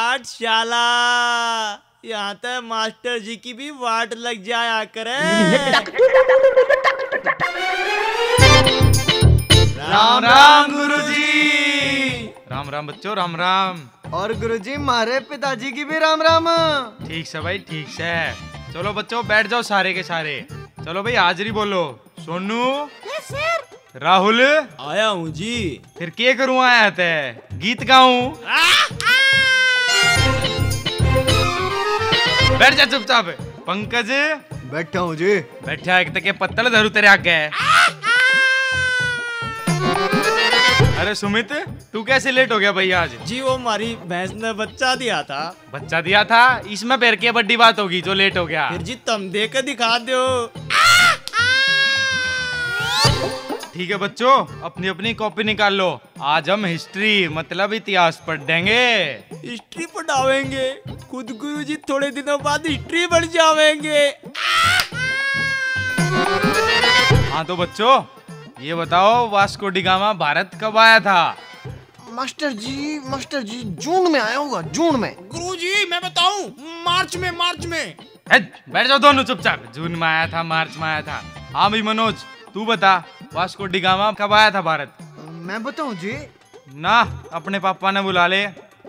वाटशाला यहाँ तक मास्टर जी की भी वाट लग जाया करे राम राम गुरुजी। राम राम बच्चों राम राम और गुरुजी मारे पिताजी की भी राम राम ठीक से भाई ठीक से चलो बच्चों बैठ जाओ सारे के सारे चलो भाई हाजिरी बोलो सोनू राहुल आया हूँ जी फिर के करूँ आया ते गीत गाऊं बैठ जा चुपचाप पंकज बैठा हूँ जी बैठा एक तके पत्तल धरू तेरे आगे अरे सुमित तू कैसे लेट हो गया भाई आज जी वो हमारी भैंस ने बच्चा दिया था बच्चा दिया था इसमें पैर की बड़ी बात होगी जो लेट हो गया फिर जी तुम दे के दिखा दो ठीक है बच्चों अपनी अपनी कॉपी निकाल लो आज हम हिस्ट्री मतलब इतिहास पढ़ देंगे हिस्ट्री पढ़ावेंगे खुद गुरु जी थोड़े दिनों बाद हिस्ट्री बढ़ जावेंगे हाँ तो बच्चों ये बताओ वास्को डिगामा भारत कब आया था मास्टर जी मास्टर जी जून में आया होगा जून में गुरु जी मैं बताऊं मार्च में मार्च में हट, बैठ जाओ दोनों चुपचाप जून में आया था मार्च में आया था हाँ भाई मनोज तू बता वास्को डिगामा कब आया था भारत मैं बताऊं जी ना अपने पापा ने बुला ले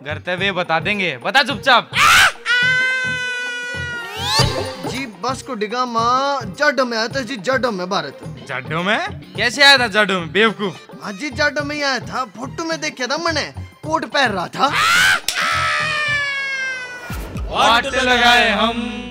घर ते वे बता देंगे बता चुपचाप जी बस को डिगा माँ जड में आया था जी जड में भारत जाडो में कैसे आया था जाडो में बेवकूफ हाँ जी जड में ही आया था फोटो में देखा था मैंने कोट पहन रहा था वाट लगाए हम